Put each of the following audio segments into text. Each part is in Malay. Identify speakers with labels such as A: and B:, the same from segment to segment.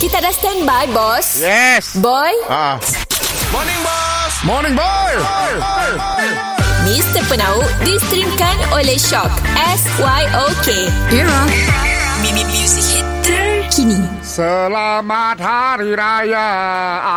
A: Kita dah standby, bos.
B: Yes.
A: Boy,
B: Ah.
C: Morning, boss.
B: Morning, boy.
A: Mr. Penau distrimkan oleh Shock. S-Y-O-K. Era. Mimi Music Hit terkini.
B: Selamat Hari Raya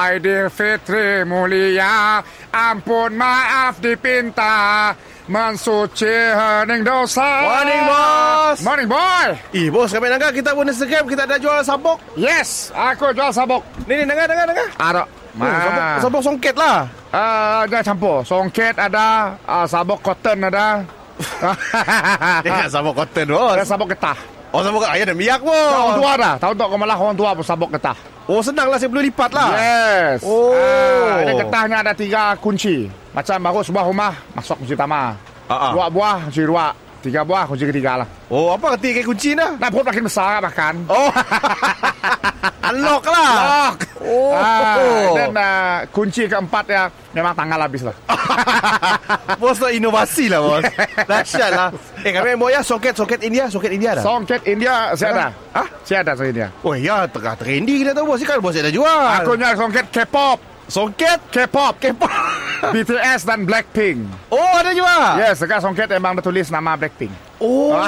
B: Aidilfitri mulia. Ampun maaf dipinta. Mensuci hening dosa.
C: Morning, boss.
B: Morning, boy.
C: Eh, bos, kami dengar kita pun Instagram kita ada jual sabuk.
B: Yes, aku jual sabuk.
C: Ni, ni, dengar, dengar, dengar.
B: Ada.
C: Ma. Oh, sabuk, sabuk songket lah.
B: Ah, ada campur. Songket ada, ah, sabuk cotton ada.
C: Ingat kan Ah. sabuk cotton, bos.
B: ada sabuk getah.
C: Oh, sabuk ayah dan miak,
B: Orang
C: bos.
B: tua dah. Tahu tak kau malah orang tua pun sabuk getah.
C: Oh, senang lah. Saya boleh lipat lah.
B: Yes.
C: Oh.
B: Ah, ini getahnya ada tiga kunci. Macam baru sebuah rumah masuk kunci utama.
C: Ah, ah.
B: Dua buah kunci dua. Tiga buah kunci ketiga lah.
C: Oh, apa kata ikat kunci dah?
B: Nah, perut makin besar lah makan.
C: Oh, unlock lah.
B: Lock.
C: Oh.
B: Ah, dan ah, kunci keempat ya memang tangan habis lah.
C: bos tu inovasi lah, bos. Dahsyat lah. Eh, kami mau ya songket-songket India. Songket India dah.
B: Songket India saya ada.
C: Ah?
B: Saya ada saya India.
C: Oh, ya. Tengah trendy kita tahu, bos. Kan bos ada jual.
B: Aku nyari songket K-pop.
C: Songket.
B: K-pop.
C: Kepak.
B: BTS dan Blackpink.
C: Oh, ada jual.
B: Yes, dekat songket emang dia tulis nama Blackpink.
C: Oh.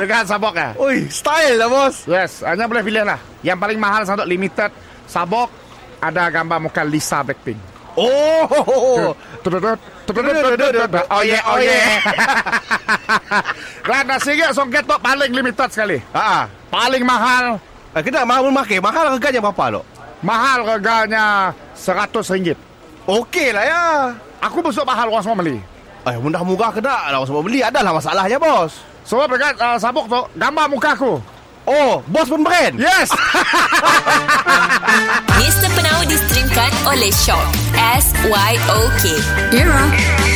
B: Dekat sabok ya.
C: Oi, style lah bos.
B: Yes, hanya boleh pilih lah. Yang paling mahal sangat limited sabok ada gambar muka Lisa Blackpink.
C: Oh.
B: Tududut, tududut, tududut. Oh yeah, oh yeah. Dan nasi gak songket tu paling limited sekali.
C: Ha.
B: Paling mahal,
C: Ah, kena mahal pun makan. Mahal harganya berapa lo?
B: mahal harganya RM100.
C: Okey lah ya.
B: Aku besok mahal orang semua beli.
C: Eh, mudah-murah kena lah semua beli. Adalah masalahnya bos.
B: Sebab dekat uh, sabuk tu gambar muka aku.
C: Oh, bos pun brand.
B: Yes.
A: Mr. Penau distrimkan oleh Shock. S-Y-O-K. Era.